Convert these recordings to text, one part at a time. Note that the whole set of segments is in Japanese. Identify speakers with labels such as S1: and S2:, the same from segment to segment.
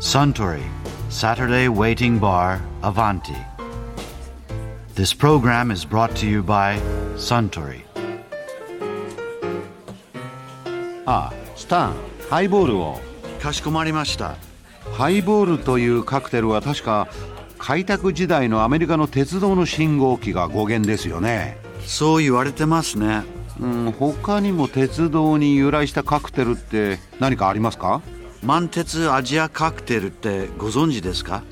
S1: Suntory, Saturday Waiting Bar, Avanti. This program is brought to you by Suntory.
S2: あスタンハイボールをハイボールというカクテルは確か開拓時代のアメリカの鉄道の信号機が語源ですよね
S1: かしこまりました。そう言われてますね。マンゴーシロップ、
S2: うん他にも鉄道に由来したカクテルって何かありますか
S1: 満鉄アジアカクテルってご存知ですか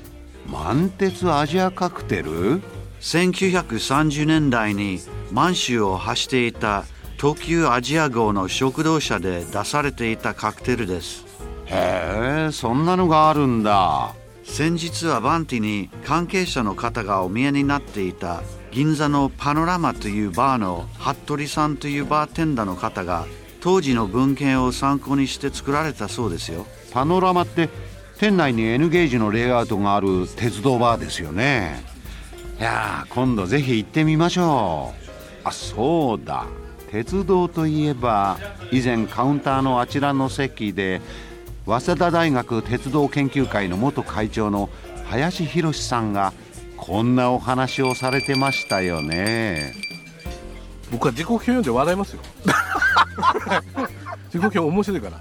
S2: 満鉄アジアカクテル
S1: 1930年代に満州を走っていた東急アジア号の食堂車で出されていたカクテルです
S2: へえそんなのがあるんだ
S1: 先日はバンティに関係者の方がお見えになっていた銀座のパノラマというバーの服部さんというバーテンダーの方が当時の文献を参考にして作られたそうですよ
S2: パノラマって店内に N ゲージのレイアウトがある鉄道バーですよねいやー今度ぜひ行ってみましょうあそうだ鉄道といえば以前カウンターのあちらの席で早稲田大学鉄道研究会の元会長の林博さんがこんなお話をされてましたよね
S3: 僕は時刻表読んで笑いますよ 時刻表面白いから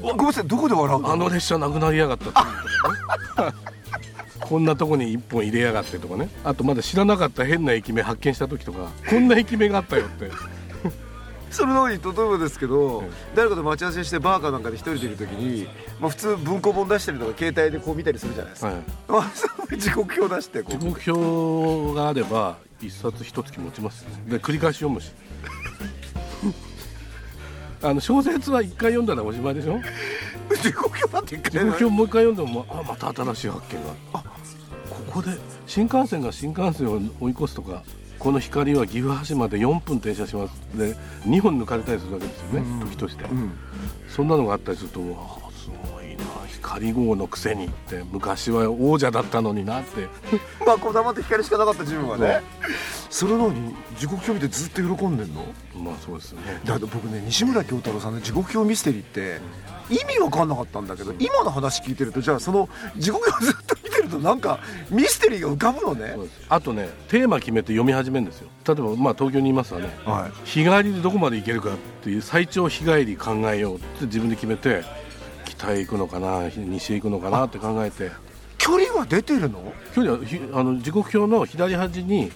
S4: ごめんなさいどこで笑うの
S3: あの列車なくなりやがったっていうとかねこんなとこに一本入れやがってとかねあとまだ知らなかった変な駅名発見した時とかこんな駅名があったよって
S4: それなのに例えばですけど、
S3: ん
S4: 誰かと待ち合わせしてバーかなんかで一人でいる時に、まあ、普通文庫本出したりとか携帯でこう見たりするじゃないですか、
S3: はい
S4: まあ そういう時刻表出してこ
S3: 時
S4: う
S3: 刻表があれば一冊一月持ちますねで繰り返し読むし あの小説は一回読んだらおしまいでしょ
S4: 時刻表なんて一
S3: 時
S4: 回
S3: 刻
S4: な
S3: 表
S4: い
S3: もう一回読んでもあまた新しい発見があここで新幹線が新幹線を追い越すとかこの光は岐阜橋まで4分停車しますで2本抜かれたりするわけですよね、時として、そんなのがあったりするとうわあすごいな光号のくせにって昔は王者だったのになって
S4: まあこだまって光しかなかった自分はね、それなのに時刻表見てずっと喜んでんの
S3: まあそうですよね
S4: だけど僕ね西村京太郎さんの「時刻表ミステリー」って意味わかんなかったんだけど今の話聞いてるとじゃあその時刻表ずっと見てるとなんかミステリーが浮かぶのね
S3: そうですあとねテーマ決めて読み始めるんですよ例えばまあ東京にいますわね、
S4: はい
S3: 日帰りでどこまで行けるかっていう最長日帰り考えようって自分で決めて北へ行くのかな西へ行くのかなって考えて
S4: 距離は出てるの
S3: 距離はひあの時刻表の左端に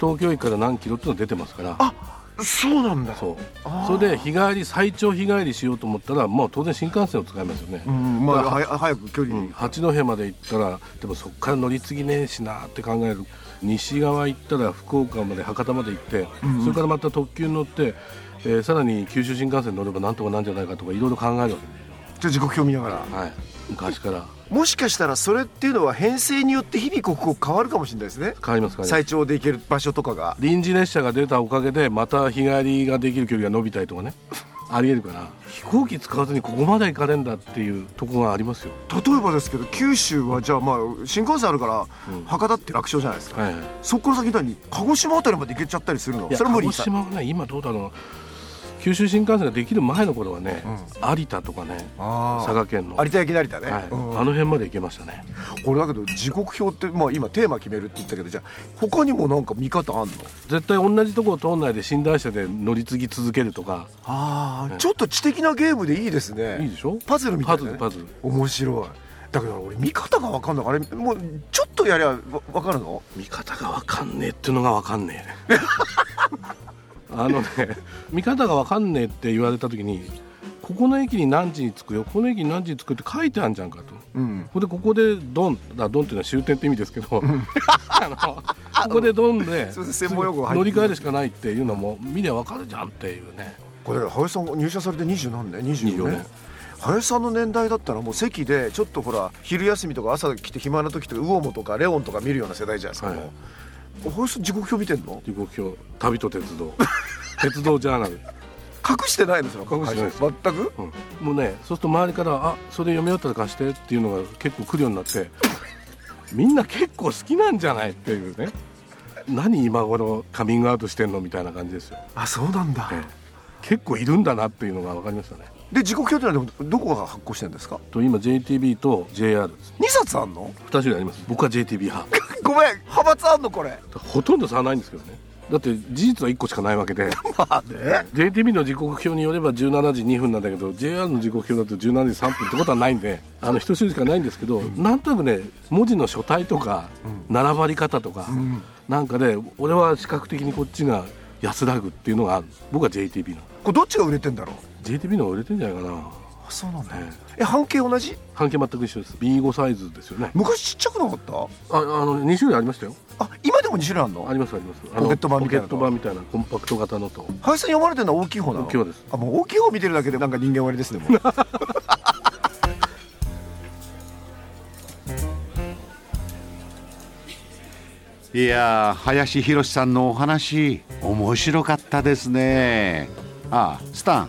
S3: 東京駅から何キロっていうのが出てますから
S4: あそうなんだ
S3: そうそれで日帰り最長日帰りしようと思ったらもう当然新幹線を使いますよね、
S4: うんまあはや早く距離
S3: う
S4: に
S3: ん八戸まで行ったらでもそこから乗り継ぎねえしなって考える西側行ったら福岡まで博多まで行って、それからまた特急に乗って、えーさらに九州新幹線に乗ればなんとかなんじゃないかとかいろいろ考えるわ
S4: ちょっと時刻表見ながら
S3: け、はい、昔から
S4: もしかしたらそれっていうのは編成によって日々ここ変わるかもしれないですね
S3: 変わりますからね
S4: 最長で行ける場所とかが
S3: 臨時列車が出たおかげでまた日帰りができる距離が伸びたりと かねありえるから飛行機使わずにここまで行かれんだっていうとこがありますよ、
S4: 例えばですけど九州はじゃあまあ新幹線あるから、博多って楽勝じゃないですか、
S3: はいはい、
S4: そこから先何鹿児島あたりまで行けちゃったりするの
S3: いや
S4: それ無理
S3: 鹿児島はね今どうだろうな九州新幹線ができる前の頃はね、有田とかね
S4: あー
S3: 佐賀県の、
S4: 有田焼き成田ね、
S3: はい
S4: うん
S3: あの辺まで行けましたね
S4: これだけど時刻表ってまあ今テーマ決めるって言ったけどじゃあ他にもなんか見方あんの
S3: 絶対同じとこを通んないで寝台車で乗り継ぎ続けるとか
S4: ああ、ちょっと知的なゲームでいいですね
S3: いいでしょ
S4: パズルみたいな、ね、
S3: パズルパズ
S4: 面白いだけど俺見方が分かんないあれもうちょっとやりゃわ分かるの
S3: 見方が分かんねえっていうのが分かんねえねあのね見方が分かんねえって言われた時にここの駅に何時に着くよこの駅に何時に着くって書いてあるじゃんかと。
S4: うん
S3: ここでここでドンだドンっていうのは終点って意味ですけど、あのここでドンで
S4: すいません専門用語が入
S3: 乗
S4: って
S3: り換えるしかないっていうのも見りゃ分かるじゃんっていうね
S4: これ林さんが入社されて二十何年24
S3: 24
S4: 年
S3: 年
S4: 林さんの年代だったらもう席でちょっとほら昼休みとか朝来て暇な時とか魚モとかレオンとか見るような世代じゃないですか、
S3: はい
S4: もう林さん時刻表見てんの
S3: 時刻表旅と鉄道鉄道ジャーナル、
S4: 隠してないのその
S3: 隠してないです
S4: 全く
S3: うんもうねそうすると周りから「あそれ読み終わったら貸して」っていうのが結構来るようになって みんな結構好きなんじゃないっていうね何今頃カミングアウトしてんのみたいな感じですよ
S4: あそうなんだ、
S3: ええ結構いるんだなっていうのが分かりましたね
S4: で時刻表というのはでもどこが発行してるんですか
S3: と今 JTB と JR です
S4: 2冊あんの
S3: 2 種類あります僕は JTB 派
S4: ごめん派閥あんのこれ
S3: ほとんど差はないんですけどねだって事実は1個しかないわけで JTB の時刻表によれば17時2分なんだけど JR の時刻表だと17時3分ってことはないんであの一種類しかないんですけど、なんとなくね文字の書体とか、並ばり方とか、なんかで俺は視覚的にこっちが安らぐっていうのがある僕は JTB の
S4: これどっちが売れてんだろう
S3: JTB の方が売れてんじゃないかな
S4: あそうなんだ
S3: え
S4: え半径同じ
S3: 半径全く一緒です B5 サイズですよね
S4: 昔ちっちゃくなかっ
S3: ああの2種類ありましたよ
S4: たあ今でも2種類あんの
S3: ありますありますあの
S4: ポケット版みたいな
S3: ポ
S4: の
S3: ケット版みたいなコンパクト型のと
S4: 林さん読まれてるのは大きい方なの
S3: 大きい方です
S4: あもう大きい方見てるだけでなんか人間終わりですねもう
S2: いやー林博さんのお話面白かったですねあスタン